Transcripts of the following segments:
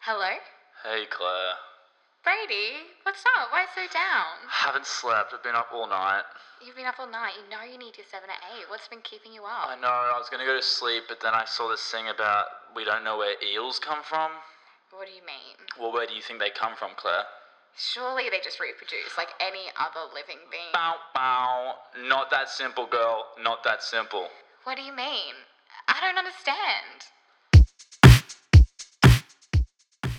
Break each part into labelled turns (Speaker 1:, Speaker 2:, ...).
Speaker 1: Hello?
Speaker 2: Hey, Claire.
Speaker 1: Brady, what's up? Why so down?
Speaker 2: Haven't slept. I've been up all night.
Speaker 1: You've been up all night. You know you need your 7 to 8. What's been keeping you
Speaker 2: I
Speaker 1: up?
Speaker 2: know, I was going to go to sleep, but then I saw this thing about we don't know where eels come from.
Speaker 1: What do you mean?
Speaker 2: Well, where do you think they come from, Claire?
Speaker 1: Surely they just reproduce like any other living being.
Speaker 2: Bow, bow. Not that simple, girl. Not that simple.
Speaker 1: What do you mean? I don't understand.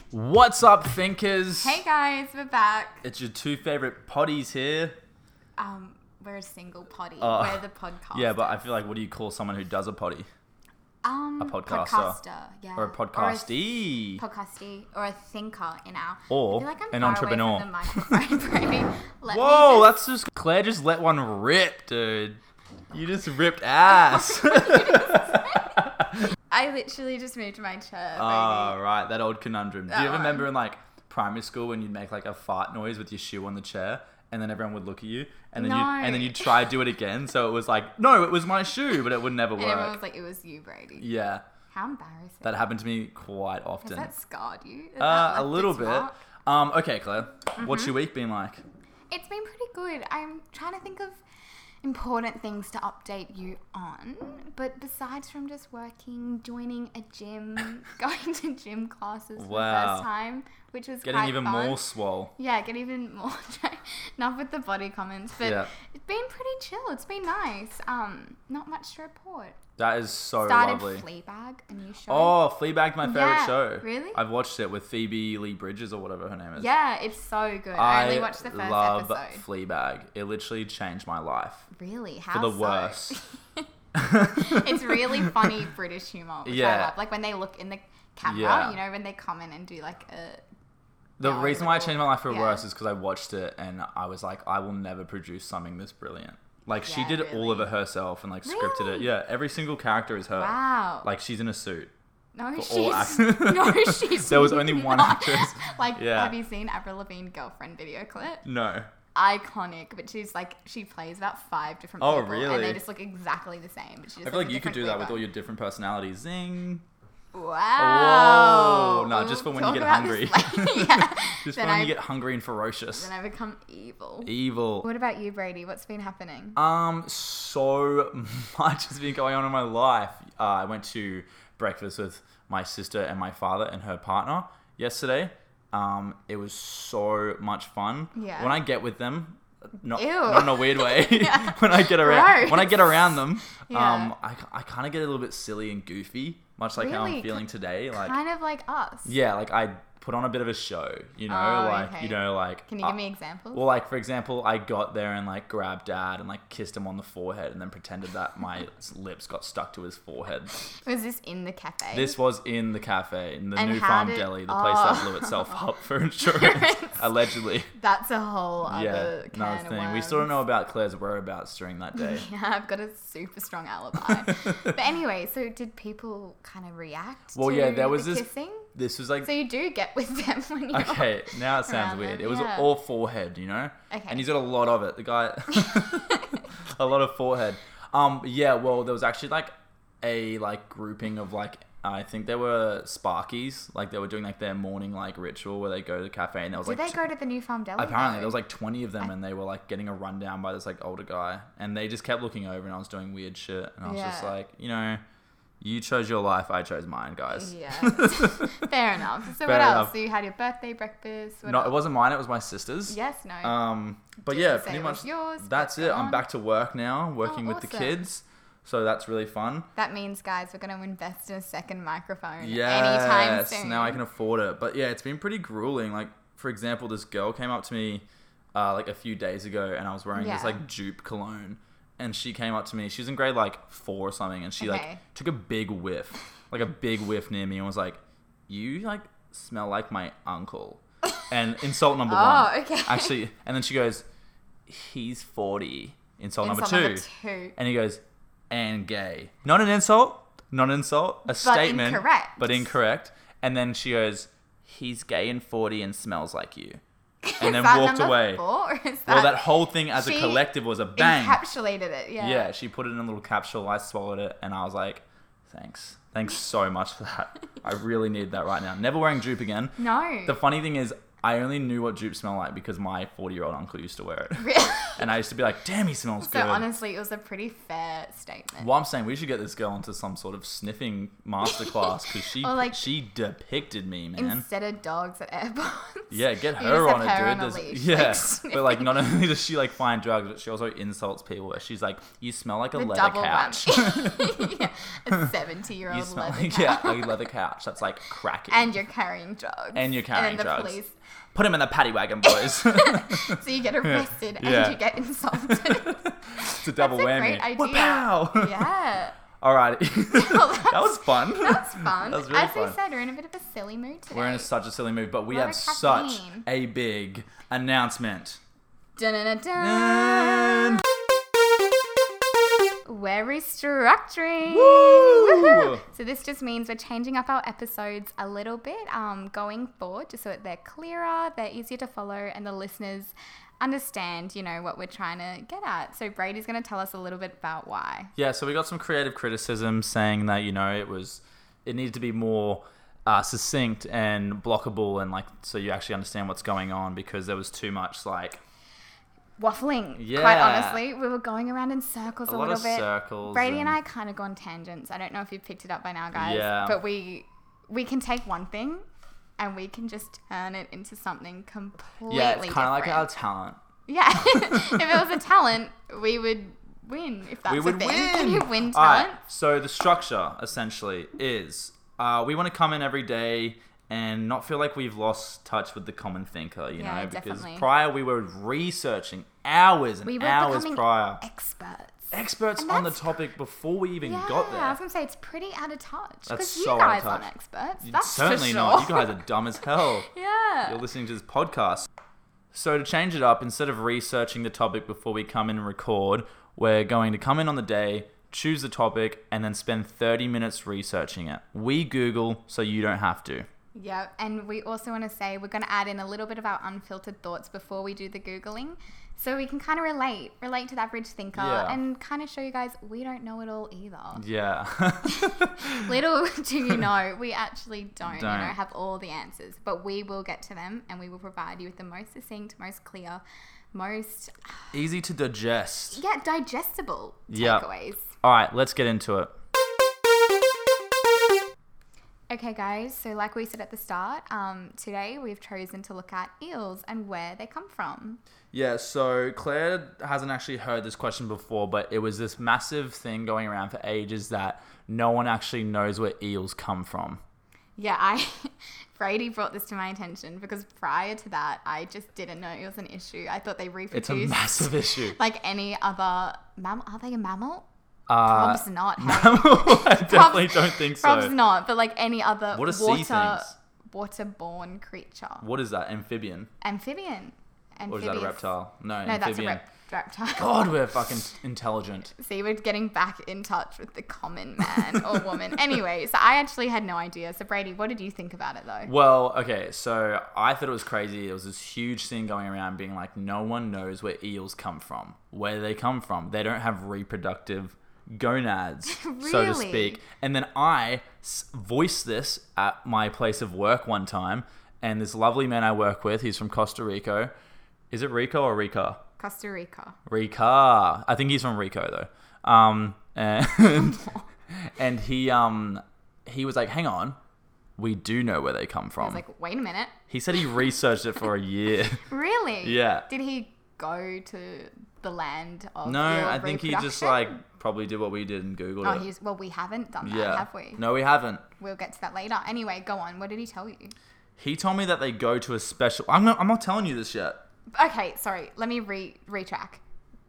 Speaker 3: What's up, thinkers?
Speaker 4: Hey guys, we're back.
Speaker 3: It's your two favorite potties here.
Speaker 4: Um, we're a single potty.
Speaker 3: Oh.
Speaker 4: we're the podcast.
Speaker 3: Yeah, but I feel like, what do you call someone who does a potty?
Speaker 4: um,
Speaker 3: a podcaster.
Speaker 4: yeah,
Speaker 3: Or a
Speaker 4: podcasty,
Speaker 3: podcastee?
Speaker 4: podcasty, or a thinker in our.
Speaker 3: Or
Speaker 4: I feel like I'm
Speaker 3: an
Speaker 4: far
Speaker 3: entrepreneur.
Speaker 4: Away from the microphone, Brady. Let me
Speaker 3: Whoa,
Speaker 4: just-
Speaker 3: that's just. Claire just let one rip, dude. You just ripped ass.
Speaker 4: I literally just moved my chair.
Speaker 3: Ah,
Speaker 4: Brady.
Speaker 3: right, that old conundrum. Do
Speaker 4: That
Speaker 3: you ever
Speaker 4: one.
Speaker 3: remember in like primary school when you'd make like a fart noise with your shoe on the chair, and then everyone would look at you, and then you
Speaker 4: No.
Speaker 3: and then you'd try to do it again. So it was like, no, it was my shoe, but it would never
Speaker 4: and everyone
Speaker 3: work.
Speaker 4: was like, "It was you, Brady."
Speaker 3: Yeah,
Speaker 4: How embarrassing.
Speaker 3: that happened to me quite
Speaker 4: Has
Speaker 3: often.
Speaker 4: that scarred you? Has
Speaker 3: Uh,
Speaker 4: that
Speaker 3: a
Speaker 4: left
Speaker 3: little
Speaker 4: its
Speaker 3: bit.
Speaker 4: mark? Mm-hmm.
Speaker 3: Um, okay, Claire. What's your week been like?
Speaker 4: It's been pretty good. I'm trying to think of important things to update you on, but besides from just working, joining a gym, going to gym classes for the
Speaker 3: Wow.
Speaker 4: first time, which was
Speaker 3: Getting
Speaker 4: quite
Speaker 3: even
Speaker 4: fun.
Speaker 3: more swole.
Speaker 4: Yeah, get even more. Not with the body comments, but
Speaker 3: Yeah.
Speaker 4: it's been pretty chill. It's been nice. Um, not much to report.
Speaker 3: That is so
Speaker 4: Started
Speaker 3: lovely.
Speaker 4: Fleabag, a new show.
Speaker 3: oh, Fleabag's my favorite
Speaker 4: Yeah,
Speaker 3: show.
Speaker 4: really?
Speaker 3: I've watched it with Phoebe Lee Bridges or whatever her name is.
Speaker 4: Yeah, it's so good. I,
Speaker 3: I
Speaker 4: only watched the first
Speaker 3: love
Speaker 4: episode.
Speaker 3: Fleabag. It literally changed my life.
Speaker 4: Really? How
Speaker 3: the
Speaker 4: so?
Speaker 3: worst.
Speaker 4: it's really funny British humor, which
Speaker 3: Yeah.
Speaker 4: I love. Like when they look in the camera,
Speaker 3: Yeah.
Speaker 4: you know, when they come in and do like a
Speaker 3: The
Speaker 4: Yeah,
Speaker 3: reason why I
Speaker 4: like,
Speaker 3: changed my life for
Speaker 4: yeah.
Speaker 3: worse is because I watched it and I was like, I will never produce something this brilliant. Like she
Speaker 4: Yeah,
Speaker 3: did it all of
Speaker 4: really.
Speaker 3: it herself and like scripted it.
Speaker 4: Really?
Speaker 3: Yeah, every single character is her.
Speaker 4: wow.
Speaker 3: Uh, Like she's in a suit.
Speaker 4: no, she's
Speaker 3: all act-
Speaker 4: no, she's.
Speaker 3: There was only one
Speaker 4: not.
Speaker 3: actress.
Speaker 4: Like,
Speaker 3: Yeah.
Speaker 4: have you seen Avril Lavigne girlfriend video clip?
Speaker 3: No.
Speaker 4: Iconic, but she's like she plays about five different
Speaker 3: Oh,
Speaker 4: people, and
Speaker 3: really?
Speaker 4: they just look exactly the same. But she just
Speaker 3: I feel like you could do that with all your different personalities. Zing.
Speaker 4: Wow.
Speaker 3: Whoa. Nah, Oh, just for
Speaker 4: Oh. We'll
Speaker 3: when you
Speaker 4: talk
Speaker 3: get
Speaker 4: about this
Speaker 3: hungry.
Speaker 4: later. yeah.
Speaker 3: Just
Speaker 4: then
Speaker 3: when
Speaker 4: I,
Speaker 3: you get hungry and ferocious.
Speaker 4: then I become evil.
Speaker 3: E- Evil.
Speaker 4: What about you, Brady? What's been happening?
Speaker 3: Um, so much has been going on in my life. Uh, I went to breakfast with my sister and my father and her partner yesterday. Um, it was so much fun.
Speaker 4: Yeah.
Speaker 3: When I get with them, not,
Speaker 4: Ew.
Speaker 3: not in a weird way. when I get around,
Speaker 4: Gross.
Speaker 3: when I get around them,
Speaker 4: Yeah.
Speaker 3: um, I, I kind of get a little bit silly and goofy, much like how I'm
Speaker 4: Really?
Speaker 3: feeling today. Like,
Speaker 4: kind of like us.
Speaker 3: yeah, like I put on a bit of a show, you know,
Speaker 4: Oh,
Speaker 3: like
Speaker 4: okay.
Speaker 3: you know, like
Speaker 4: Can you give
Speaker 3: uh,
Speaker 4: me examples?
Speaker 3: well, like for example, I got there and like grabbed dad and like kissed him on the forehead and then pretended that my lips got stuck to his forehead.
Speaker 4: Was this in the cafe?
Speaker 3: This was in the cafe in the
Speaker 4: And
Speaker 3: New
Speaker 4: how
Speaker 3: Farm
Speaker 4: did-
Speaker 3: Deli, the place that
Speaker 4: Oh.
Speaker 3: blew itself up for insurance, allegedly.
Speaker 4: That's a whole other
Speaker 3: yeah,
Speaker 4: can
Speaker 3: another
Speaker 4: of
Speaker 3: thing.
Speaker 4: worms.
Speaker 3: We still don't know about Claire's whereabouts during that day.
Speaker 4: Yeah, I've got a super strong alibi. but anyway, so did people kind of react?
Speaker 3: Well,
Speaker 4: to
Speaker 3: yeah, there was
Speaker 4: the
Speaker 3: this-
Speaker 4: kissing.
Speaker 3: This was like
Speaker 4: So you do get with them when you.
Speaker 3: okay. Now it sounds
Speaker 4: around
Speaker 3: weird.
Speaker 4: them,
Speaker 3: It was
Speaker 4: yeah.
Speaker 3: all forehead, you know.
Speaker 4: Okay.
Speaker 3: And he's got a lot of it. The guy, a lot of forehead. Um. Yeah. Well, there was actually like a like grouping of like I think there were Sparkies. Like they were doing like their morning like ritual where they go to the cafe and there was
Speaker 4: Did
Speaker 3: like.
Speaker 4: they go to the new farm deli?
Speaker 3: Apparently,
Speaker 4: though?
Speaker 3: there was like 20 of them, and they were like getting a rundown by this like older guy, and they just kept looking over, and I was doing weird shit, and I was just
Speaker 4: Yeah.
Speaker 3: like, you know, you chose your life, I chose mine, guys.
Speaker 4: Yeah. Fair enough. So
Speaker 3: Fair
Speaker 4: what
Speaker 3: enough.
Speaker 4: else? So you had your birthday breakfast. What
Speaker 3: No,
Speaker 4: else?
Speaker 3: it wasn't mine; it was my sister's.
Speaker 4: Yes. No.
Speaker 3: Um, but
Speaker 4: Didn't
Speaker 3: yeah,
Speaker 4: say
Speaker 3: pretty
Speaker 4: it
Speaker 3: much
Speaker 4: was yours, but
Speaker 3: that's
Speaker 4: go
Speaker 3: it. I'm
Speaker 4: on. Oh,
Speaker 3: back to work now, working with the
Speaker 4: awesome.
Speaker 3: kids, so that's really fun.
Speaker 4: that means, guys, we're going to invest in a second microphone. Anytime
Speaker 3: Yes,
Speaker 4: soon.
Speaker 3: now I can afford it. But yeah, it's been pretty grueling. Like for example, this girl came up to me uh, like a few days ago, and I was wearing this
Speaker 4: Yeah.
Speaker 3: like dupe cologne, and she came up to me. She was in grade like four or something, and she
Speaker 4: Okay.
Speaker 3: like took a big whiff, like a big whiff near me, and was like, "You like smell like my uncle," and insult number one.
Speaker 4: Oh, okay.
Speaker 3: Actually, and then she goes, "He's 40." Insult, number,
Speaker 4: Insult
Speaker 3: two.
Speaker 4: number two.
Speaker 3: And he goes, "And gay." Not an insult. Not an insult. A statement.
Speaker 4: incorrect.
Speaker 3: But incorrect. And then she goes, "He's gay and 40 and smells like you." And then
Speaker 4: Is that
Speaker 3: walked
Speaker 4: number
Speaker 3: away.
Speaker 4: Four, or is
Speaker 3: Well, that whole thing as a
Speaker 4: she
Speaker 3: collective was a bang.
Speaker 4: encapsulated it. Yeah.
Speaker 3: yeah, she put it in a little capsule. I swallowed it, and I was like, Thanks. Thanks so much for that. I really need that right now. Never wearing jupe again.
Speaker 4: No.
Speaker 3: The funny thing is, I only knew what jupe smelled like because my 40 year old uncle used to wear it.
Speaker 4: Really?
Speaker 3: And I used to be like, damn, he smells
Speaker 4: so
Speaker 3: good.
Speaker 4: honestly, it was a pretty fair statement.
Speaker 3: Well, I'm saying we should get this girl into some sort of sniffing masterclass because she
Speaker 4: Or, like,
Speaker 3: she depicted me, man.
Speaker 4: Instead of dogs at airports.
Speaker 3: yeah, get
Speaker 4: you just
Speaker 3: her on
Speaker 4: have
Speaker 3: it,
Speaker 4: her
Speaker 3: dude.
Speaker 4: On a
Speaker 3: There's-
Speaker 4: leash,
Speaker 3: yeah,
Speaker 4: like,
Speaker 3: but like, not only does she like find drugs, but she also insults people. Where she's like, "You smell like a
Speaker 4: the
Speaker 3: leather
Speaker 4: double
Speaker 3: couch.
Speaker 4: whammy. yeah, a seventy-year-old
Speaker 3: you smell
Speaker 4: leather
Speaker 3: like yeah,
Speaker 4: couch.
Speaker 3: a leather couch. That's like cracking."
Speaker 4: and you're carrying drugs.
Speaker 3: And you're carrying
Speaker 4: and then the
Speaker 3: drugs.
Speaker 4: Police,
Speaker 3: Put him in a paddy wagon, boys. it's
Speaker 4: so you get arrested
Speaker 3: Yeah.
Speaker 4: and you get insulted.
Speaker 3: a double
Speaker 4: That's a
Speaker 3: whammy.
Speaker 4: great idea.
Speaker 3: Wow.
Speaker 4: yeah,
Speaker 3: All right. that
Speaker 4: that's-
Speaker 3: was fun.
Speaker 4: that's fun.
Speaker 3: That was really
Speaker 4: As
Speaker 3: fun.
Speaker 4: we said, we're in a bit of a silly mood today.
Speaker 3: We're in such a silly mood, but we
Speaker 4: Lot
Speaker 3: have
Speaker 4: of
Speaker 3: such
Speaker 4: caffeine.
Speaker 3: a big announcement.
Speaker 4: Dun-dun-dun-dun. We're restructuring.
Speaker 3: Woo!
Speaker 4: So this just means we're changing up our episodes a little bit um, going forward, just so that they're clearer, they're easier to follow, and the listeners understand, you know, what we're trying to get at. So Brady's going to tell us a little bit about why.
Speaker 3: Yeah, so we got some creative criticism saying that you know it was it needed to be more uh, succinct and blockable and like so you actually understand what's going on because there was too much like
Speaker 4: Waffling, quite
Speaker 3: Yeah.
Speaker 4: honestly. We were going around in circles a,
Speaker 3: a lot
Speaker 4: little
Speaker 3: of
Speaker 4: bit.
Speaker 3: circles.
Speaker 4: Brady and I kind of go on tangents. I don't know if you've picked it up by now, guys.
Speaker 3: Yeah.
Speaker 4: But we we can take one thing and we can just turn it into something completely
Speaker 3: yeah, it's kind of like
Speaker 4: different.
Speaker 3: our talent.
Speaker 4: yeah. if it was a talent, we would win. If that's
Speaker 3: we would
Speaker 4: a thing,
Speaker 3: win.
Speaker 4: can you win
Speaker 3: All right,
Speaker 4: talent?
Speaker 3: So the structure essentially is uh, we want to come in every day and not feel like we've lost touch with the common thinker, you
Speaker 4: Yeah,
Speaker 3: know, because
Speaker 4: definitely.
Speaker 3: prior we were researching hours and
Speaker 4: We were
Speaker 3: hours
Speaker 4: becoming
Speaker 3: prior.
Speaker 4: Experts.
Speaker 3: Experts
Speaker 4: and
Speaker 3: on the
Speaker 4: that's-
Speaker 3: topic before we even
Speaker 4: Yeah,
Speaker 3: got
Speaker 4: I was
Speaker 3: there.
Speaker 4: gonna say it's pretty out of touch
Speaker 3: That's
Speaker 4: because you
Speaker 3: so out of
Speaker 4: guys aren't
Speaker 3: touch.
Speaker 4: experts. That's
Speaker 3: Certainly
Speaker 4: for sure.
Speaker 3: not. You guys are dumb as hell.
Speaker 4: yeah.
Speaker 3: You're listening to this podcast. So to change it up, instead of researching the topic before we come in and record, we're going to come in on the day, choose the topic, and then spend 30 minutes researching it. We Google so you don't have to.
Speaker 4: Yeah, and we also want to say we're going to add in a little bit of our unfiltered thoughts before we do the Googling. So we can kind of relate, relate to the average thinker
Speaker 3: Yeah.
Speaker 4: and kind of show you guys we don't know it all either.
Speaker 3: Yeah.
Speaker 4: Little do you know, we actually don't, you
Speaker 3: Don't.
Speaker 4: know, have all the answers, but we will get to them and we will provide you with the most succinct, most clear, most,
Speaker 3: Easy to digest.
Speaker 4: yeah, digestible
Speaker 3: Yeah.
Speaker 4: takeaways.
Speaker 3: All right, let's get into it.
Speaker 4: Okay, guys, so like we said at the start, um, today we've chosen to look at eels and where they come from.
Speaker 3: Yeah, so Claire hasn't actually heard this question before, but it was this massive thing going around for ages that no one actually knows where eels come from.
Speaker 4: Yeah, I Brady brought this to my attention because prior to that, I just didn't know it was an issue. I thought they
Speaker 3: It's
Speaker 4: reproduced
Speaker 3: a massive issue.
Speaker 4: like any other mammal. Are they a mammal?
Speaker 3: Uh,
Speaker 4: Probs not. Hey.
Speaker 3: I definitely don't think so.
Speaker 4: Probs not, but like any other
Speaker 3: What are sea
Speaker 4: water
Speaker 3: things?
Speaker 4: waterborne creature.
Speaker 3: What is that? Amphibian?
Speaker 4: Amphibian.
Speaker 3: Or is
Speaker 4: Amphibious.
Speaker 3: that a reptile?
Speaker 4: No,
Speaker 3: No,
Speaker 4: that's a
Speaker 3: amphibian.
Speaker 4: rep- reptile.
Speaker 3: God, we're fucking intelligent.
Speaker 4: See, we're getting back in touch with the common man or woman. anyway, so I actually had no idea. So Brady, what did you think about it though?
Speaker 3: Well, okay, so I thought it was crazy. It was this huge thing going around being like, no one knows where eels come from, where they come from. They don't have reproductive gonads, so to
Speaker 4: Really?
Speaker 3: speak. And then I s- voiced this at my place of work one time, and this lovely man I work with, he's from Costa Rica. Is it Rico or Rica?
Speaker 4: Costa Rica.
Speaker 3: Rika. I think he's from Rico though. Um, and, and he um he was like, "Hang on, we do know where they come
Speaker 4: I was
Speaker 3: from."
Speaker 4: like, wait a minute.
Speaker 3: he said he researched it for a year.
Speaker 4: Really?
Speaker 3: Yeah.
Speaker 4: Did he go to the land of
Speaker 3: no,
Speaker 4: your
Speaker 3: I think he just
Speaker 4: reproduction?
Speaker 3: like probably did what we did and googled
Speaker 4: Oh,
Speaker 3: it.
Speaker 4: he's well. We haven't done that,
Speaker 3: yeah.
Speaker 4: have we?
Speaker 3: No, we haven't.
Speaker 4: We'll get to that later. Anyway, go on. What did he tell you?
Speaker 3: He told me that they go to a special. I'm not. I'm not telling you this yet.
Speaker 4: Okay, sorry. Let me re retrack.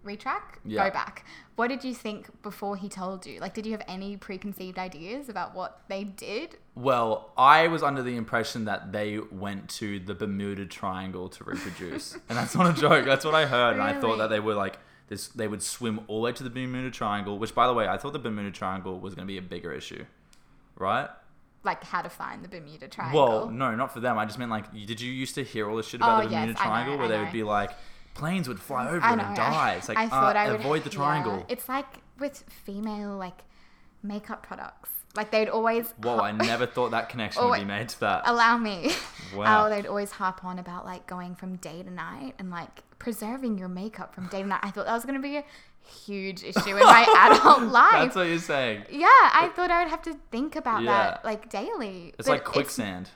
Speaker 4: Retrack?
Speaker 3: Yeah.
Speaker 4: Go back. What did you think before he told you? Like, did you have any preconceived ideas about what they did?
Speaker 3: Well, I was under the impression that they went to the Bermuda Triangle to reproduce, and that's not a joke. That's what I heard, and I thought
Speaker 4: Really?
Speaker 3: that they were like this. They would swim all the way to the Bermuda Triangle, which, by the way, I thought the Bermuda Triangle was going to be a bigger issue, right?
Speaker 4: Like, how to find the Bermuda Triangle?
Speaker 3: Well, no, not for them. I just meant like, you- did you used to hear all this shit about
Speaker 4: Oh,
Speaker 3: the
Speaker 4: yes,
Speaker 3: Bermuda
Speaker 4: I know,
Speaker 3: Triangle, where
Speaker 4: I
Speaker 3: they
Speaker 4: know.
Speaker 3: would be like, planes would fly over
Speaker 4: I
Speaker 3: it
Speaker 4: know.
Speaker 3: and die? It's like, uh, avoid the
Speaker 4: yeah.
Speaker 3: triangle.
Speaker 4: It's like with female like makeup products. Like they'd always.
Speaker 3: Whoa, I never thought that connection
Speaker 4: Oh,
Speaker 3: would be
Speaker 4: wait.
Speaker 3: made to that.
Speaker 4: Allow me.
Speaker 3: Wow.
Speaker 4: Oh, they'd always harp on about like going from day to night and like preserving your makeup from day to night. I thought that was going to be a huge issue in my adult life.
Speaker 3: That's what you're saying.
Speaker 4: yeah, I thought I would have to think about
Speaker 3: Yeah.
Speaker 4: that like daily.
Speaker 3: It's
Speaker 4: But
Speaker 3: like quicksand.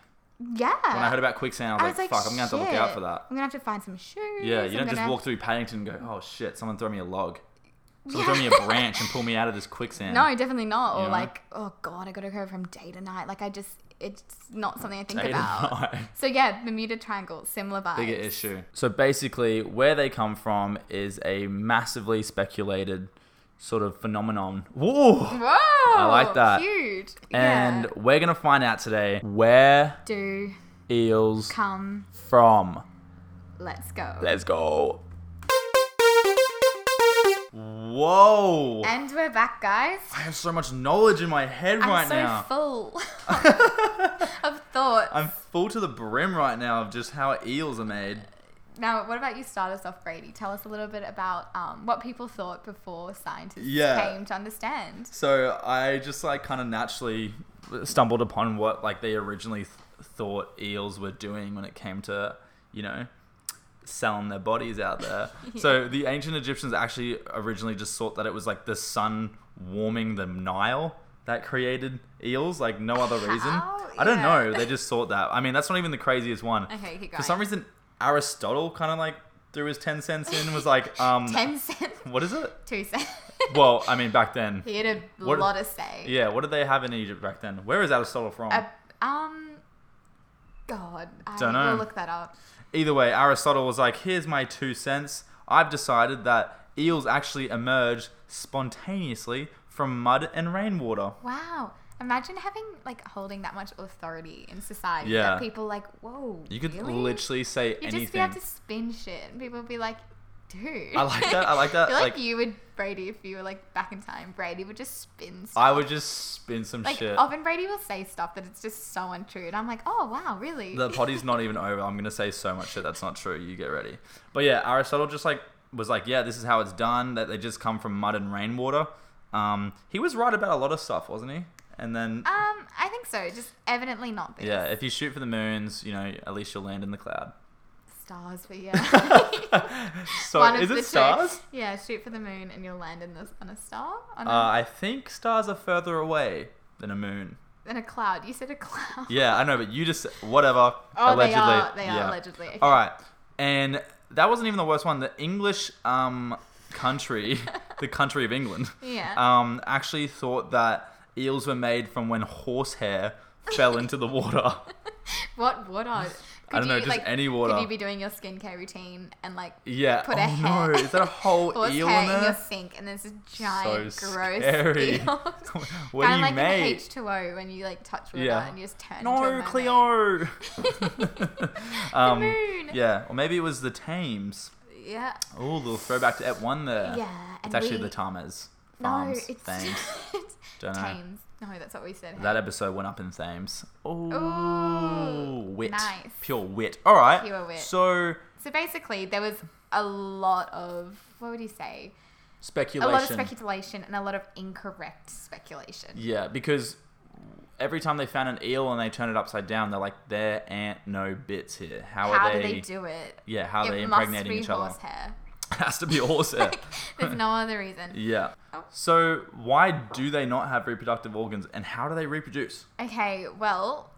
Speaker 4: yeah.
Speaker 3: when I heard about quicksand, I was,
Speaker 4: I was
Speaker 3: like,
Speaker 4: like,
Speaker 3: fuck, I'm going to have to look out
Speaker 4: shit,
Speaker 3: for that.
Speaker 4: I'm gonna have to find some shoes.
Speaker 3: Yeah, you
Speaker 4: I'm
Speaker 3: don't just
Speaker 4: gonna-
Speaker 3: walk through Paddington and go, oh shit, someone throw me a log. Someone
Speaker 4: Yeah.
Speaker 3: throw me a branch and pull me out of this quicksand.
Speaker 4: No, definitely not.
Speaker 3: You
Speaker 4: Or
Speaker 3: know?
Speaker 4: like, oh god, I gotta go from day to night. Like I just, it's not something I think
Speaker 3: Eight
Speaker 4: about.
Speaker 3: and nine.
Speaker 4: So yeah, Bermuda Triangle, similar vibes.
Speaker 3: Bigger issue. So basically, where they come from is a massively speculated sort of phenomenon. Whoa!
Speaker 4: Whoa! I
Speaker 3: like that.
Speaker 4: Huge.
Speaker 3: And
Speaker 4: yeah.
Speaker 3: we're going to find out today where
Speaker 4: do
Speaker 3: eels
Speaker 4: come.
Speaker 3: from.
Speaker 4: Let's go.
Speaker 3: Let's go. Whoa!
Speaker 4: and we're back, guys.
Speaker 3: I have so much knowledge in my head
Speaker 4: I'm
Speaker 3: right
Speaker 4: so
Speaker 3: now.
Speaker 4: full of thought.
Speaker 3: I'm full to the brim right now of just how eels are made.
Speaker 4: Now, what about you? Start us off, Grady. Tell us a little bit about um, what people thought before scientists
Speaker 3: Yeah.
Speaker 4: came to understand.
Speaker 3: So I just like kind of naturally stumbled upon what like they originally th- thought eels were doing when it came to, you know, selling their bodies out there. So the ancient Egyptians actually originally just thought that it was like the sun warming the Nile that created eels, like no other reason.
Speaker 4: How?
Speaker 3: I don't
Speaker 4: Yeah.
Speaker 3: know. They just thought that. I mean, that's not even the craziest one.
Speaker 4: Okay, keep
Speaker 3: For some
Speaker 4: going.
Speaker 3: reason, Aristotle kind of like threw his ten cents in and was like, um,
Speaker 4: Ten cents,
Speaker 3: what is it?
Speaker 4: two cents.
Speaker 3: Well, I mean, back then.
Speaker 4: he had a
Speaker 3: What-
Speaker 4: lot of say.
Speaker 3: Yeah, what did they have in Egypt back then? Where is Aristotle from?
Speaker 4: A- um, God, I
Speaker 3: Dunno.
Speaker 4: We'll look that up.
Speaker 3: Either way, Aristotle was like, here's my two cents. I've decided that eels actually emerge spontaneously from mud and rainwater.
Speaker 4: Wow. Imagine having like holding that much authority in society
Speaker 3: Yeah.
Speaker 4: that people like, whoa.
Speaker 3: You could
Speaker 4: really?
Speaker 3: literally say
Speaker 4: You'd
Speaker 3: anything.
Speaker 4: just be able to spin shit, and people would be like, dude.
Speaker 3: I like that, I like
Speaker 4: I
Speaker 3: that,
Speaker 4: feel like,
Speaker 3: like-
Speaker 4: you would Brady if you were like back in time. Brady would just spin. Stuff.
Speaker 3: I would just spin some
Speaker 4: like
Speaker 3: shit.
Speaker 4: often Brady will say stuff that it's just so untrue, and I'm like, oh wow, really?
Speaker 3: the potty's not even over. I'm gonna say so much shit that's not true. You get ready. But yeah, Aristotle just like was like, yeah, this is how it's done. That they just come from mud and rainwater. Um, he was right about a lot of stuff, wasn't he? And then
Speaker 4: um, I think so. Just evidently not this.
Speaker 3: Yeah, if you shoot for the moons, you know, at least you'll land in the cloud.
Speaker 4: Stars, but yeah.
Speaker 3: so
Speaker 4: One of
Speaker 3: is
Speaker 4: the
Speaker 3: it
Speaker 4: two.
Speaker 3: stars?
Speaker 4: Yeah, shoot for the moon and you'll land in this on a star on
Speaker 3: Uh,
Speaker 4: a,
Speaker 3: I think stars are further away than a moon.
Speaker 4: in a cloud. You said a cloud.
Speaker 3: Yeah, I know, but you just whatever.
Speaker 4: Oh, they
Speaker 3: allegedly.
Speaker 4: are. They
Speaker 3: yeah.
Speaker 4: are allegedly. Okay.
Speaker 3: All right, and that wasn't even the worst one. The English um, country, the country of England,
Speaker 4: Yeah.
Speaker 3: um, actually thought that eels were made from when horsehair fell into the water.
Speaker 4: What water? Could
Speaker 3: don't know, just any water.
Speaker 4: Could you be doing your skincare routine and like
Speaker 3: Yeah.
Speaker 4: put
Speaker 3: oh
Speaker 4: a hair?
Speaker 3: no, is that a whole
Speaker 4: horse
Speaker 3: eel
Speaker 4: hair
Speaker 3: in
Speaker 4: in
Speaker 3: there?
Speaker 4: your sink and there's a giant
Speaker 3: So
Speaker 4: gross
Speaker 3: scary.
Speaker 4: eel?
Speaker 3: What do
Speaker 4: Kinda
Speaker 3: you
Speaker 4: like
Speaker 3: make?
Speaker 4: H two O when you like touch water
Speaker 3: Yeah.
Speaker 4: and you just turn. into a
Speaker 3: No,
Speaker 4: mermaid.
Speaker 3: Cleo. um,
Speaker 4: moon.
Speaker 3: Yeah, or maybe it was the Thames.
Speaker 4: Yeah.
Speaker 3: Oh, little throwback to Ep One there.
Speaker 4: Yeah, and
Speaker 3: it's actually
Speaker 4: we-
Speaker 3: the Thames.
Speaker 4: No,
Speaker 3: Farms,
Speaker 4: it's,
Speaker 3: Thames.
Speaker 4: it's
Speaker 3: Don't know.
Speaker 4: Thames. No, that's what we said. hey?
Speaker 3: That episode went up in Thames. Oh,
Speaker 4: Ooh,
Speaker 3: wit,
Speaker 4: nice.
Speaker 3: pure wit. All right,
Speaker 4: Pure wit.
Speaker 3: So
Speaker 4: So basically, there was a lot of what would you say?
Speaker 3: speculation.
Speaker 4: A lot of speculation and a lot of incorrect speculation.
Speaker 3: yeah, because every time they found an eel and they turn it upside down, they're like, "There ain't no bits here. How,
Speaker 4: How
Speaker 3: are they?
Speaker 4: do they do it?
Speaker 3: Yeah, how are
Speaker 4: it
Speaker 3: they
Speaker 4: must be
Speaker 3: impregnating each other?
Speaker 4: horsehair.
Speaker 3: Has to be horsehair.
Speaker 4: There's no other reason.
Speaker 3: Yeah.
Speaker 4: Oh.
Speaker 3: So why do they not have reproductive organs, and how do they reproduce?
Speaker 4: Okay, well,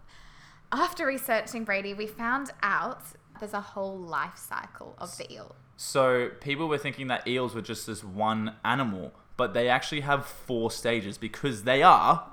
Speaker 4: after researching Brady, we found out there's a whole life cycle of the eel.
Speaker 3: So people were thinking that eels were just this one animal, but they actually have four stages because they are.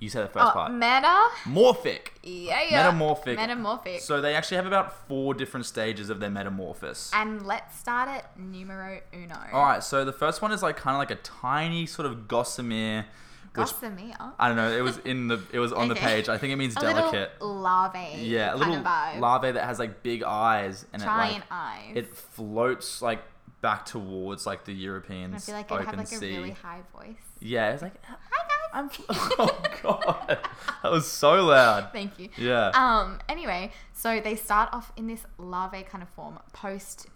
Speaker 3: You said the first
Speaker 4: Oh,
Speaker 3: part.
Speaker 4: meta.
Speaker 3: Morphic.
Speaker 4: Yeah, yeah.
Speaker 3: Metamorphic.
Speaker 4: Metamorphic.
Speaker 3: So they actually have about four different stages of their metamorphosis.
Speaker 4: and let's start at numero uno.
Speaker 3: All right. So the first one is like kind of like a tiny sort of gossamer, which
Speaker 4: Gossamer.
Speaker 3: I don't know. It was in the it was on the
Speaker 4: Okay.
Speaker 3: page. I think it means
Speaker 4: A
Speaker 3: delicate.
Speaker 4: little larvae.
Speaker 3: yeah, a
Speaker 4: kind
Speaker 3: little
Speaker 4: of vibe.
Speaker 3: larvae that has like big eyes and it
Speaker 4: Giant
Speaker 3: like
Speaker 4: eyes.
Speaker 3: it floats like back towards like the European
Speaker 4: I feel like
Speaker 3: open
Speaker 4: it'd have like a
Speaker 3: sea.
Speaker 4: really high voice.
Speaker 3: yeah, it's like
Speaker 4: Hi
Speaker 3: I'm.
Speaker 4: guys.
Speaker 3: Oh god, that was so loud.
Speaker 4: Thank you.
Speaker 3: Yeah.
Speaker 4: Um. Anyway, so they start off in this larvae kind of form post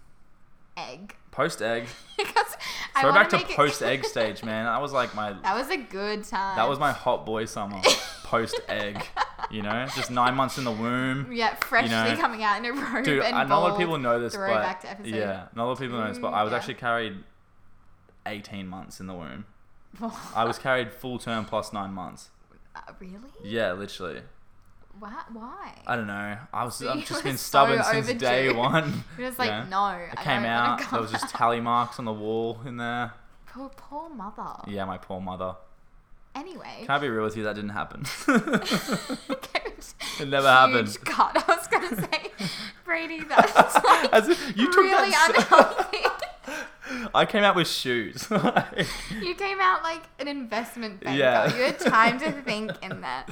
Speaker 4: egg.
Speaker 3: Post egg.
Speaker 4: because I
Speaker 3: Throw
Speaker 4: wanna
Speaker 3: back to
Speaker 4: make it-
Speaker 3: post egg stage, man. That was like my
Speaker 4: That was a good time.
Speaker 3: that was my hot boy summer. Post egg. You know? Just nine months in the womb.
Speaker 4: yeah, freshly
Speaker 3: know,
Speaker 4: coming out in a robe.
Speaker 3: Dude,
Speaker 4: and
Speaker 3: I know a lot of
Speaker 4: bald.
Speaker 3: people know this,
Speaker 4: Throwback
Speaker 3: but
Speaker 4: to episode.
Speaker 3: yeah, not a lot of people know this, but
Speaker 4: Mm,
Speaker 3: I was
Speaker 4: yeah.
Speaker 3: actually carried eighteen months in the womb. I was carried full term plus nine months.
Speaker 4: Uh, really?
Speaker 3: Yeah, literally.
Speaker 4: Why? Why?
Speaker 3: I don't know. I was.
Speaker 4: So you
Speaker 3: I've just
Speaker 4: were
Speaker 3: been stubborn
Speaker 4: so
Speaker 3: since day
Speaker 4: overdue.
Speaker 3: one.
Speaker 4: You're just like,
Speaker 3: Yeah.
Speaker 4: no. I,
Speaker 3: I came
Speaker 4: don't
Speaker 3: out.
Speaker 4: Wanna come
Speaker 3: There was just tally marks on the wall in there.
Speaker 4: poor, poor mother.
Speaker 3: Yeah, my poor mother.
Speaker 4: Anyway.
Speaker 3: Can I be real with you? That didn't happen.
Speaker 4: it
Speaker 3: It never happened.
Speaker 4: Huge cut. I was gonna say, Brady, that's like
Speaker 3: As if- you took
Speaker 4: really
Speaker 3: that. s-
Speaker 4: unhealthy.
Speaker 3: I came out with shoes. Like,
Speaker 4: you came out like an investment banker.
Speaker 3: Yeah.
Speaker 4: You had time to think in that.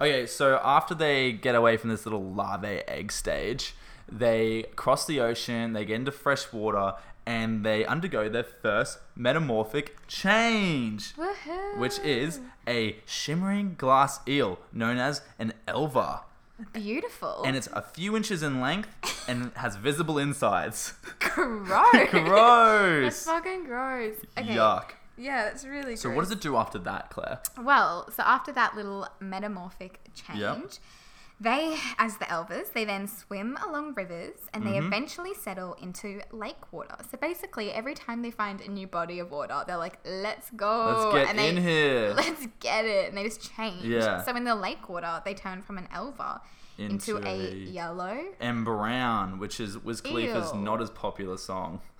Speaker 3: okay, so after they get away from this little larvae egg stage, they cross the ocean. They get into fresh water. And they undergo their first metamorphic change.
Speaker 4: Woohoo!
Speaker 3: which is a shimmering glass eel known as an elva.
Speaker 4: beautiful.
Speaker 3: And it's a few inches in length and has visible insides.
Speaker 4: gross. That's
Speaker 3: Gross!
Speaker 4: fucking gross. Okay.
Speaker 3: Yuck.
Speaker 4: Yeah, that's really
Speaker 3: So, what does it do after that, Claire?
Speaker 4: Well, so after that little metamorphic change,
Speaker 3: Yeah.
Speaker 4: they, as the elvers, they then swim along rivers and they
Speaker 3: Mm-hmm.
Speaker 4: eventually settle into lake water. So basically, every time they find a new body of water, they're like, "Let's go!"
Speaker 3: Let's get
Speaker 4: and they,
Speaker 3: in here.
Speaker 4: Let's get it, and they just change.
Speaker 3: Yeah.
Speaker 4: So in the lake water, they turn from an elver into,
Speaker 3: Into
Speaker 4: a,
Speaker 3: a-
Speaker 4: yellow.
Speaker 3: And Brown, which is Wiz Khalifa's
Speaker 4: Ew.
Speaker 3: not as popular song.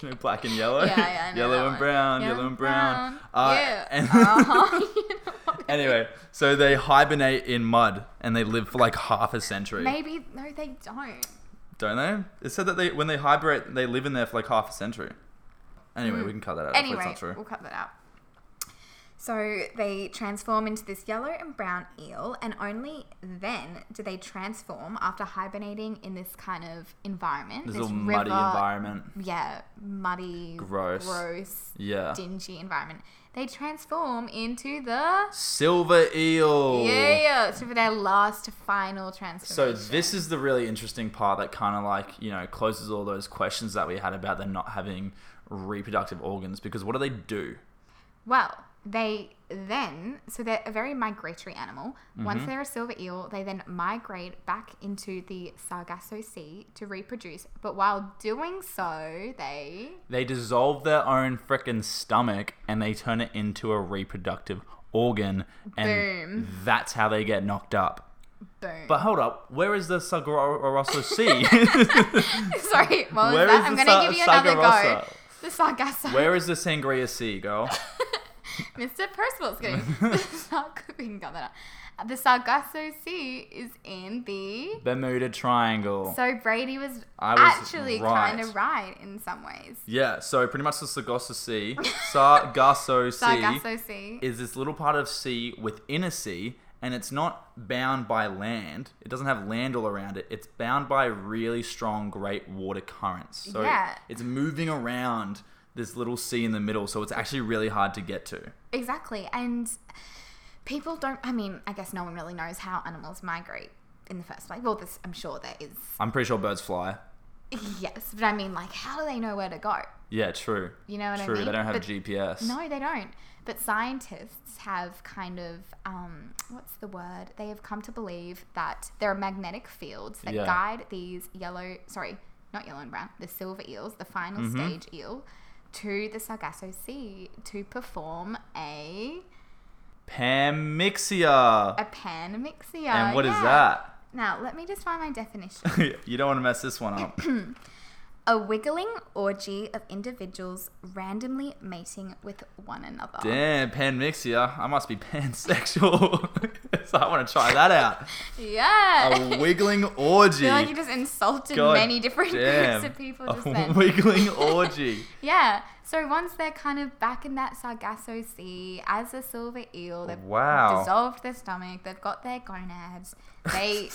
Speaker 3: You know, black and yellow.
Speaker 4: Yeah, yeah, I know that
Speaker 3: yellow and
Speaker 4: one.
Speaker 3: brown,
Speaker 4: Yellow
Speaker 3: yellow
Speaker 4: and
Speaker 3: and brown.
Speaker 4: brown.
Speaker 3: Uh,
Speaker 4: Yeah.
Speaker 3: and-
Speaker 4: Uh-huh. You know what?
Speaker 3: anyway, so they hibernate in mud and they live for like half a century.
Speaker 4: Maybe no, they don't.
Speaker 3: Don't they? It said that they when they hibernate, they live in there for like half a century. Anyway, we can cut that out. Hopefully
Speaker 4: Mm. Anyway,
Speaker 3: it's not
Speaker 4: we'll
Speaker 3: true.
Speaker 4: cut that out. So they transform into this yellow and brown eel, and only then do they transform after hibernating in this kind of environment.
Speaker 3: This little muddy environment.
Speaker 4: Yeah, muddy,
Speaker 3: Gross.
Speaker 4: gross,
Speaker 3: Yeah.
Speaker 4: dingy environment. They transform into the
Speaker 3: Silver eel.
Speaker 4: yeah. So for their last final
Speaker 3: So
Speaker 4: transformation.
Speaker 3: this is the really interesting part that kind of like you know closes all those questions that we had about them not having reproductive organs because what do they do?
Speaker 4: Well, they then, so they're a very migratory animal.
Speaker 3: Mm-hmm.
Speaker 4: Once they're a silver eel, they then migrate back into the Sargasso Sea to reproduce. But while doing so, they.
Speaker 3: They dissolve their own frickin' stomach and they turn it into a reproductive organ, and
Speaker 4: Boom.
Speaker 3: that's how they get knocked up.
Speaker 4: Boom.
Speaker 3: But hold up, where is the Sagarosso Sea?
Speaker 4: Sorry, what was
Speaker 3: Where
Speaker 4: that?
Speaker 3: is
Speaker 4: I'm
Speaker 3: the
Speaker 4: going to
Speaker 3: Sa-
Speaker 4: give you another go.
Speaker 3: Sagarossa?
Speaker 4: The Sargasso.
Speaker 3: Where is the sangria sea, girl?
Speaker 4: Mr. Percival's going to. We can cut that out. Uh, The Sargasso Sea is in the.
Speaker 3: Bermuda Triangle.
Speaker 4: So Brady was,
Speaker 3: I was
Speaker 4: actually
Speaker 3: right.
Speaker 4: kind of right in some ways.
Speaker 3: yeah, so pretty much the Sargasso Sea, Sargasso Sea,
Speaker 4: Sargasso Sea.
Speaker 3: is this little part of sea within a sea, and it's not bound by land. It doesn't have land all around it. It's bound by really strong, great water currents. So
Speaker 4: Yeah.
Speaker 3: it's moving around this little sea in the middle, so it's actually really hard to get to.
Speaker 4: Exactly. And people don't, I mean, I guess no one really knows how animals migrate in the first place. Well, this, I'm sure there is.
Speaker 3: I'm pretty sure birds fly.
Speaker 4: Yes. But I mean, like, how do they know where to go?
Speaker 3: Yeah, true.
Speaker 4: You know what I
Speaker 3: true.
Speaker 4: mean?
Speaker 3: They don't have
Speaker 4: But-
Speaker 3: GPS.
Speaker 4: No, they don't. But scientists have kind of, um, what's the word? They have come to believe that there are magnetic fields that
Speaker 3: Yeah.
Speaker 4: guide these yellow, sorry, not yellow and brown, the silver eels, the final
Speaker 3: Mm-hmm.
Speaker 4: stage eel, to the Sargasso Sea to perform a
Speaker 3: Pamixia.
Speaker 4: a panmixia.
Speaker 3: and what is
Speaker 4: Now, let me just find my definition.
Speaker 3: that? you don't want to mess this one up.
Speaker 4: A wiggling orgy of individuals randomly mating with one another.
Speaker 3: Damn, panmixia. I must be pansexual. so I want to try that out.
Speaker 4: Yeah.
Speaker 3: A wiggling
Speaker 4: I
Speaker 3: orgy.
Speaker 4: feel like you just insulted
Speaker 3: God
Speaker 4: many different
Speaker 3: damn.
Speaker 4: groups of people
Speaker 3: A
Speaker 4: just then.
Speaker 3: wiggling orgy.
Speaker 4: yeah. So once they're kind of back in that Sargasso Sea as a silver eel, they've
Speaker 3: Wow.
Speaker 4: dissolved their stomach, they've got their gonads, they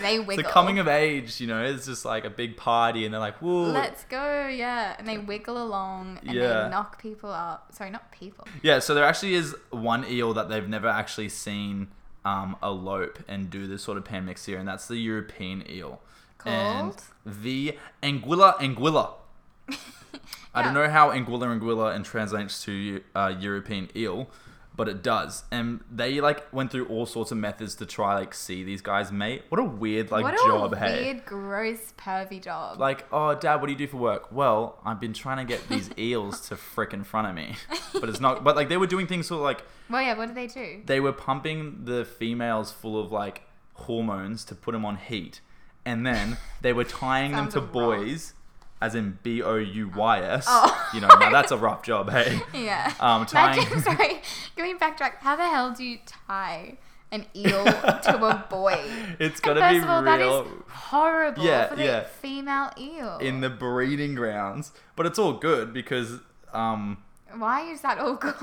Speaker 4: they
Speaker 3: The
Speaker 4: wiggle.
Speaker 3: coming of age, you know, it's just like a big party, and they're like, "Whoa,
Speaker 4: Let's go, yeah. And they wiggle along and
Speaker 3: Yeah.
Speaker 4: they knock people up. Sorry, not people.
Speaker 3: yeah." So there actually is one eel that they've never actually seen um, elope and do this sort of panmixia, and that's the European eel. and
Speaker 4: Called?
Speaker 3: the Anguilla Anguilla. I don't know how Anguilla Anguilla and translates to uh, European eel, but it does. And they like went through all sorts of methods to try like see these guys mate. What a weird like
Speaker 4: what
Speaker 3: job,
Speaker 4: a
Speaker 3: hey.
Speaker 4: weird, gross, pervy job.
Speaker 3: Like, oh, dad, what do you do for work? Well, I've been trying to get these eels to frick in front of me, but it's not. But like, they were doing things sort of like
Speaker 4: well, yeah. What do they do?
Speaker 3: they were pumping the females full of like hormones to put them on heat, and then they were tying them
Speaker 4: Sounds
Speaker 3: to
Speaker 4: wrong.
Speaker 3: boys, as in B O U Y S.
Speaker 4: Oh.
Speaker 3: You know, now that's a rough job, hey.
Speaker 4: Yeah.
Speaker 3: Um,
Speaker 4: Imagine,
Speaker 3: tying-
Speaker 4: sorry, can we backtrack? How the hell do you tie an eel to a boy?
Speaker 3: It's
Speaker 4: And
Speaker 3: gotta
Speaker 4: first
Speaker 3: be
Speaker 4: of all, that
Speaker 3: real-
Speaker 4: is horrible
Speaker 3: Yeah,
Speaker 4: for the
Speaker 3: yeah.
Speaker 4: female eel.
Speaker 3: In the breeding grounds, but it's all good because um
Speaker 4: Why is that all good?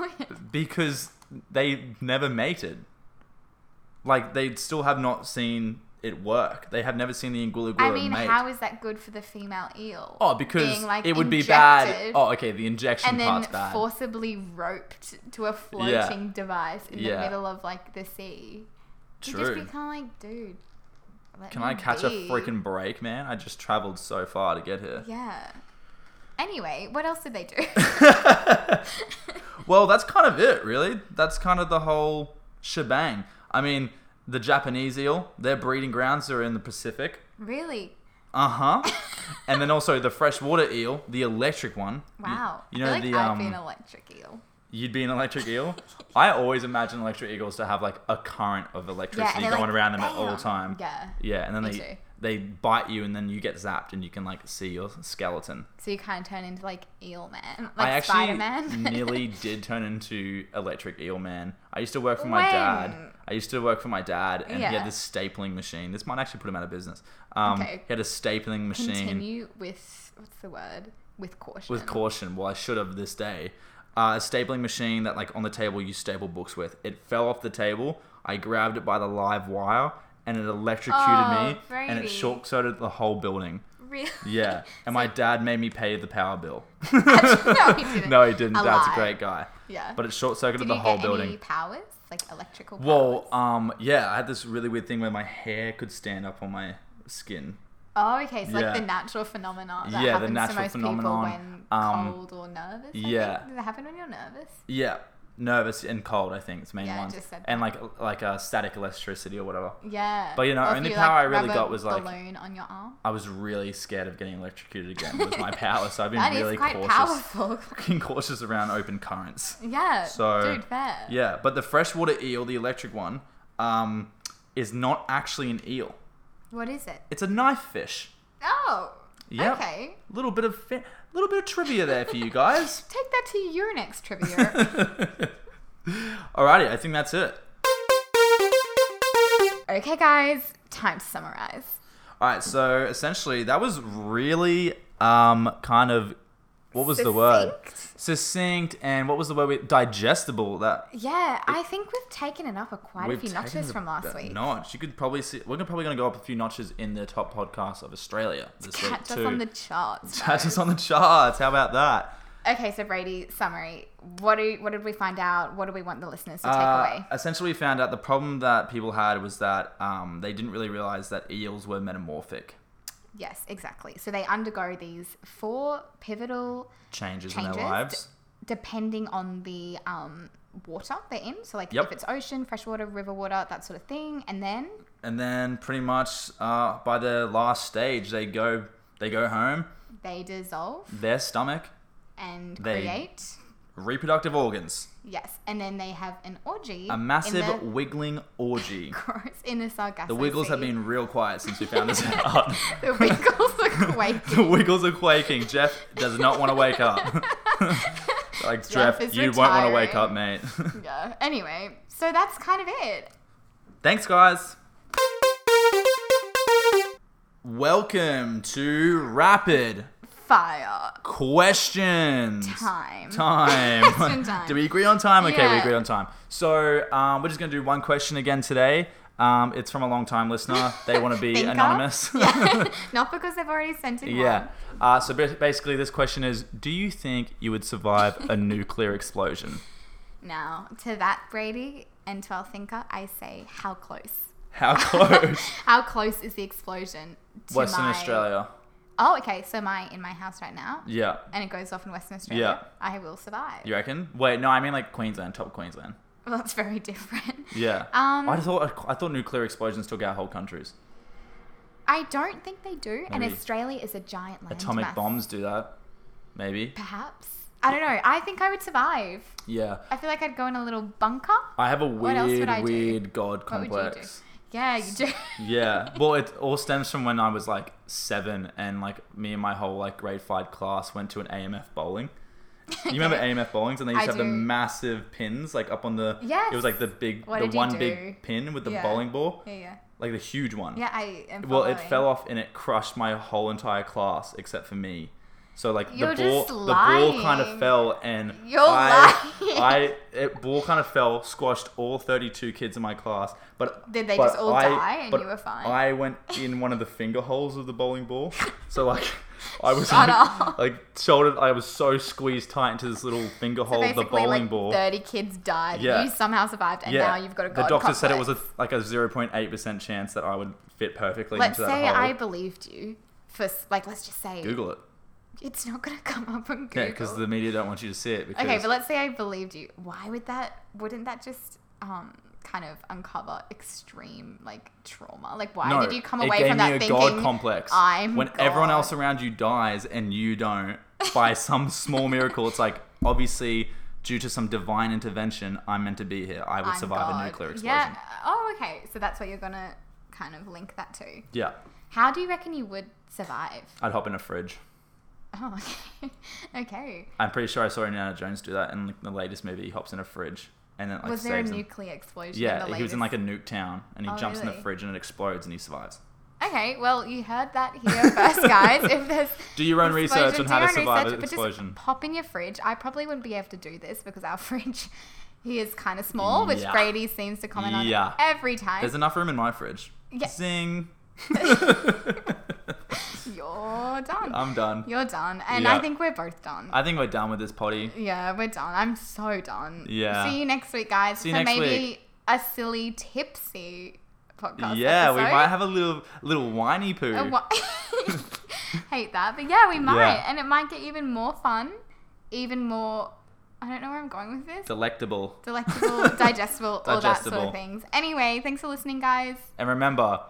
Speaker 3: because they never mated. Like they still have not seen it work. They have never seen the Anguilla
Speaker 4: I mean,
Speaker 3: mate.
Speaker 4: how is that good for the female eel?
Speaker 3: Oh, because
Speaker 4: Being, like,
Speaker 3: it would be bad.
Speaker 4: injected
Speaker 3: Oh, okay, the injection
Speaker 4: and then
Speaker 3: part's bad.
Speaker 4: forcibly roped to a floating device in
Speaker 3: Yeah.
Speaker 4: the middle of like the sea. You
Speaker 3: True.
Speaker 4: just be kind of like, dude. let
Speaker 3: Can
Speaker 4: me
Speaker 3: I catch
Speaker 4: be."
Speaker 3: a freaking break, man? I just traveled so far to get here.
Speaker 4: Yeah. Anyway, what else did they do?
Speaker 3: well, that's kind of it, really. That's kind of the whole shebang. I mean, the Japanese eel, their breeding grounds are in the Pacific.
Speaker 4: really?
Speaker 3: Uh huh. and then also the freshwater eel, the electric one. You-
Speaker 4: Wow.
Speaker 3: You, know
Speaker 4: I feel like
Speaker 3: the
Speaker 4: I'd
Speaker 3: um,
Speaker 4: be an electric eel.
Speaker 3: you'd be an electric eel. I always imagine electric eagles to have like a current of electricity
Speaker 4: they're
Speaker 3: going
Speaker 4: like,
Speaker 3: around them at all
Speaker 4: "Bam!"
Speaker 3: time.
Speaker 4: Yeah.
Speaker 3: Yeah, and then
Speaker 4: Me
Speaker 3: they
Speaker 4: too.
Speaker 3: they bite you, and then you get zapped, and you can like see your skeleton.
Speaker 4: So you kind of turn into like eel man,
Speaker 3: I
Speaker 4: like
Speaker 3: actually
Speaker 4: Spider Man.
Speaker 3: nearly did turn into Electric Eel Man. I used to work for my
Speaker 4: When?
Speaker 3: dad. I used to work for my dad, and he
Speaker 4: Yeah.
Speaker 3: had this stapling machine. This might actually put him out of business. Um,
Speaker 4: Okay.
Speaker 3: He had a stapling machine
Speaker 4: Continue with what's the word? With caution.
Speaker 3: with caution. Well, I should have this day. Uh, a stapling machine that, like, on the table you staple books with. It fell off the table. I grabbed it by the live wire, and it electrocuted
Speaker 4: Oh,
Speaker 3: me, and
Speaker 4: Brady.
Speaker 3: it short circuited the whole building.
Speaker 4: Really?
Speaker 3: Yeah, and my dad made me pay the power bill.
Speaker 4: no, he didn't.
Speaker 3: No, he didn't.
Speaker 4: A
Speaker 3: Dad's a
Speaker 4: lie.
Speaker 3: great guy.
Speaker 4: Yeah.
Speaker 3: But it short circuited
Speaker 4: Did
Speaker 3: the
Speaker 4: you
Speaker 3: whole
Speaker 4: get
Speaker 3: building.
Speaker 4: any powers, like electrical powers?
Speaker 3: Well, um, yeah, I had this really weird thing where my hair could stand up on my skin.
Speaker 4: Oh, okay. So
Speaker 3: yeah.
Speaker 4: like the natural phenomenon that
Speaker 3: Yeah, the
Speaker 4: happens
Speaker 3: natural
Speaker 4: to most people
Speaker 3: phenomenon,
Speaker 4: when
Speaker 3: um,
Speaker 4: cold or nervous. I
Speaker 3: yeah.
Speaker 4: Think. Does it happen when you're nervous?
Speaker 3: Yeah, nervous and cold. I think it's the main
Speaker 4: Yeah, I
Speaker 3: ones.
Speaker 4: just said
Speaker 3: and
Speaker 4: that.
Speaker 3: like like uh, static electricity or whatever.
Speaker 4: Yeah.
Speaker 3: But, you know,
Speaker 4: Or if
Speaker 3: only
Speaker 4: you,
Speaker 3: power
Speaker 4: like,
Speaker 3: I really
Speaker 4: rub a
Speaker 3: got was, like-
Speaker 4: balloon on your arm.
Speaker 3: I was really scared of getting electrocuted again with my power, so I've been
Speaker 4: That is
Speaker 3: really
Speaker 4: quite
Speaker 3: cautious,
Speaker 4: powerful.
Speaker 3: being cautious around open currents.
Speaker 4: yeah.
Speaker 3: So-
Speaker 4: dude, fair.
Speaker 3: Yeah, but the freshwater eel, the electric one, um, is not actually an eel.
Speaker 4: What is it?
Speaker 3: It's a knife fish.
Speaker 4: Oh.
Speaker 3: Yep.
Speaker 4: Okay.
Speaker 3: Little bit of fi- little bit of trivia there for you guys.
Speaker 4: Take that to your next trivia.
Speaker 3: Alrighty, I think that's it.
Speaker 4: okay, guys. Time to summarize.
Speaker 3: All right, so essentially that was really um kind of what was the word?
Speaker 4: Succinct?
Speaker 3: Succinct and what was the word? We, digestible. That
Speaker 4: Yeah, I think we've taken it up a quite a few
Speaker 3: taken
Speaker 4: notches
Speaker 3: the-
Speaker 4: from last
Speaker 3: the
Speaker 4: week.
Speaker 3: Notch. You could probably see we're gonna- probably going to go up a few notches in the top podcasts of Australia this week
Speaker 4: Catch us
Speaker 3: too.
Speaker 4: on the charts.
Speaker 3: Catch
Speaker 4: guys.
Speaker 3: us on the charts. How about that?
Speaker 4: Okay, so Brady, summary. What do what did we find out? What do we want the listeners to take
Speaker 3: Uh,
Speaker 4: away?
Speaker 3: Essentially, we found out the problem that people had was that um, they didn't really realize that eels were metamorphic.
Speaker 4: Yes, exactly. So they undergo these four pivotal
Speaker 3: Changes,
Speaker 4: changes
Speaker 3: in their lives.
Speaker 4: d- depending on the um, water they're in. So like
Speaker 3: Yep.
Speaker 4: if it's ocean, freshwater, river water, that sort of thing. And then
Speaker 3: and then pretty much uh, by the last stage they go they go home
Speaker 4: they dissolve
Speaker 3: their stomach
Speaker 4: and
Speaker 3: They-
Speaker 4: create.
Speaker 3: reproductive organs
Speaker 4: Yes, and then they have an orgy.
Speaker 3: a massive
Speaker 4: in the,
Speaker 3: wiggling orgy
Speaker 4: gross in the Sargasso
Speaker 3: the wiggles have
Speaker 4: Sea.
Speaker 3: been real quiet since we found this out
Speaker 4: the wiggles are quaking.
Speaker 3: the wiggles are quaking jeff does not want to wake up like jeff,
Speaker 4: is
Speaker 3: you won't want to wake up mate
Speaker 4: retiring. Yeah. Anyway, so that's kind of it.
Speaker 3: thanks guys welcome to rapid
Speaker 4: Fire.
Speaker 3: questions
Speaker 4: Time.
Speaker 3: time.
Speaker 4: Question time.
Speaker 3: Do we agree on time? Okay, we
Speaker 4: Yeah.
Speaker 3: agreed on time. So um, we're just gonna do one question again today. Um, it's from a long time listener. They want to be
Speaker 4: Thinker?
Speaker 3: anonymous.
Speaker 4: Yeah. Not because they've already sent in
Speaker 3: yeah.
Speaker 4: one.
Speaker 3: Uh, so ba- basically, this question is: Do you think you would survive a nuclear explosion?
Speaker 4: Now, to that, Brady and to our thinker, I say, how close?
Speaker 3: How close?
Speaker 4: How close is the explosion to
Speaker 3: Western
Speaker 4: my-
Speaker 3: Australia.
Speaker 4: Oh, okay. So my in my house right now,
Speaker 3: Yeah.
Speaker 4: and it goes off in Western Australia.
Speaker 3: Yeah.
Speaker 4: I will survive.
Speaker 3: You reckon? Wait, no, I mean like Queensland, top Queensland.
Speaker 4: Well, that's very different.
Speaker 3: Yeah.
Speaker 4: Um,
Speaker 3: I thought I thought nuclear explosions took out whole countries.
Speaker 4: I don't think they do, and
Speaker 3: Maybe.
Speaker 4: Australia is a giant land
Speaker 3: Atomic
Speaker 4: mass.
Speaker 3: bombs do that. Maybe.
Speaker 4: Perhaps. I don't know. I think I would survive.
Speaker 3: Yeah.
Speaker 4: I feel like I'd go in a little bunker.
Speaker 3: I have a
Speaker 4: What else would
Speaker 3: weird,
Speaker 4: I do?
Speaker 3: weird god
Speaker 4: What would you do?
Speaker 3: complex.
Speaker 4: Yeah, you do.
Speaker 3: Yeah. Well, it all stems from when I was like seven, and like me and my whole like grade five class went to an AMF bowling. You remember AMF bowlings, and they used
Speaker 4: I
Speaker 3: to have
Speaker 4: do.
Speaker 3: the massive pins like up on the. It was like the big,
Speaker 4: What
Speaker 3: the
Speaker 4: did you
Speaker 3: one
Speaker 4: do?
Speaker 3: big pin with the
Speaker 4: Yeah.
Speaker 3: bowling ball,
Speaker 4: yeah, yeah.
Speaker 3: like the huge one.
Speaker 4: Yeah, I am.
Speaker 3: Well, it
Speaker 4: following.
Speaker 3: fell off and it crushed my whole entire class except for me. So like
Speaker 4: You're
Speaker 3: the ball,
Speaker 4: just
Speaker 3: the ball
Speaker 4: lying.
Speaker 3: kind of fell and
Speaker 4: You're
Speaker 3: I,
Speaker 4: lying.
Speaker 3: I, it ball kind of fell, squashed all 32 kids in my class. But
Speaker 4: Did they
Speaker 3: but
Speaker 4: just all
Speaker 3: I-
Speaker 4: die and
Speaker 3: but
Speaker 4: you were fine?
Speaker 3: I went in one of the finger holes of the bowling ball, so like. I was
Speaker 4: Shut
Speaker 3: like,
Speaker 4: up.
Speaker 3: like shouldered. I was so squeezed tight into this little finger
Speaker 4: So
Speaker 3: hole of the
Speaker 4: basically,
Speaker 3: bowling
Speaker 4: like,
Speaker 3: ball.
Speaker 4: Thirty kids died.
Speaker 3: Yeah.
Speaker 4: You somehow survived, and now you've got a.
Speaker 3: the
Speaker 4: god
Speaker 3: doctor said it was
Speaker 4: complex.
Speaker 3: a like a zero point eight percent chance that I would fit perfectly
Speaker 4: Let's
Speaker 3: into that
Speaker 4: say
Speaker 3: hole.
Speaker 4: I believed you. For s- like, let's just say
Speaker 3: Google it.
Speaker 4: it's not gonna come up on Google.
Speaker 3: Yeah, because the media don't want you to see it. Because
Speaker 4: Okay, but let's say I believed you. Why would that? Wouldn't that just um kind of uncover extreme like trauma? Like, why
Speaker 3: no,
Speaker 4: did you come
Speaker 3: it
Speaker 4: away
Speaker 3: gave
Speaker 4: from
Speaker 3: me
Speaker 4: that
Speaker 3: a
Speaker 4: thinking?
Speaker 3: god complex.
Speaker 4: "I'm
Speaker 3: when everyone
Speaker 4: God."
Speaker 3: else around you dies and you don't, by some small miracle, it's like obviously due to some divine intervention, I'm meant to be here. I would
Speaker 4: I'm
Speaker 3: survive
Speaker 4: God.
Speaker 3: a nuclear explosion.
Speaker 4: Yeah. Oh, okay. So that's what you're gonna kind of link that to.
Speaker 3: Yeah,
Speaker 4: How do you reckon you would survive?
Speaker 3: I'd hop in a fridge.
Speaker 4: Oh, okay. okay.
Speaker 3: I'm pretty sure I saw Indiana Jones do that in like, the latest movie. He hops in a fridge and then like
Speaker 4: was there a
Speaker 3: saves him.
Speaker 4: nuclear explosion?
Speaker 3: Yeah,
Speaker 4: in the
Speaker 3: he was in like
Speaker 4: latest-
Speaker 3: a nuke town and he
Speaker 4: Oh,
Speaker 3: jumps in
Speaker 4: really?
Speaker 3: the fridge and it explodes and he survives.
Speaker 4: Okay, well, you heard that here first, guys. if there's
Speaker 3: Do your own research
Speaker 4: explosion,
Speaker 3: on
Speaker 4: do
Speaker 3: how to
Speaker 4: your own
Speaker 3: survive
Speaker 4: research,
Speaker 3: an
Speaker 4: but
Speaker 3: explosion.
Speaker 4: Just pop in your fridge. I probably wouldn't be able to do this because our fridge he is kind of small, which
Speaker 3: Yeah.
Speaker 4: Brady seems to comment on
Speaker 3: Yeah.
Speaker 4: every time.
Speaker 3: There's enough room in my fridge.
Speaker 4: Yeah.
Speaker 3: Zing.
Speaker 4: You're done.
Speaker 3: I'm done.
Speaker 4: You're done, and I
Speaker 3: Um, Yeah.
Speaker 4: think we're both done.
Speaker 3: I think we're done with this potty.
Speaker 4: yeah, we're done. I'm so done.
Speaker 3: Yeah.
Speaker 4: See you next week, guys.
Speaker 3: See you
Speaker 4: for
Speaker 3: next
Speaker 4: maybe
Speaker 3: week.
Speaker 4: a silly tipsy podcast.
Speaker 3: yeah, we
Speaker 4: episode.
Speaker 3: might have a little little whiny poo.
Speaker 4: A wa- Hate that, but yeah, we might,
Speaker 3: Yeah.
Speaker 4: and it might get even more fun, even more. I don't know where I'm going with this.
Speaker 3: Delectable.
Speaker 4: Delectable, digestible, all that sort of
Speaker 3: Digestible.
Speaker 4: things. Anyway, thanks for listening, guys.
Speaker 3: And remember,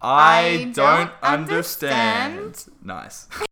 Speaker 3: I,
Speaker 4: I
Speaker 3: don't
Speaker 4: don't understand.
Speaker 3: understand. Nice.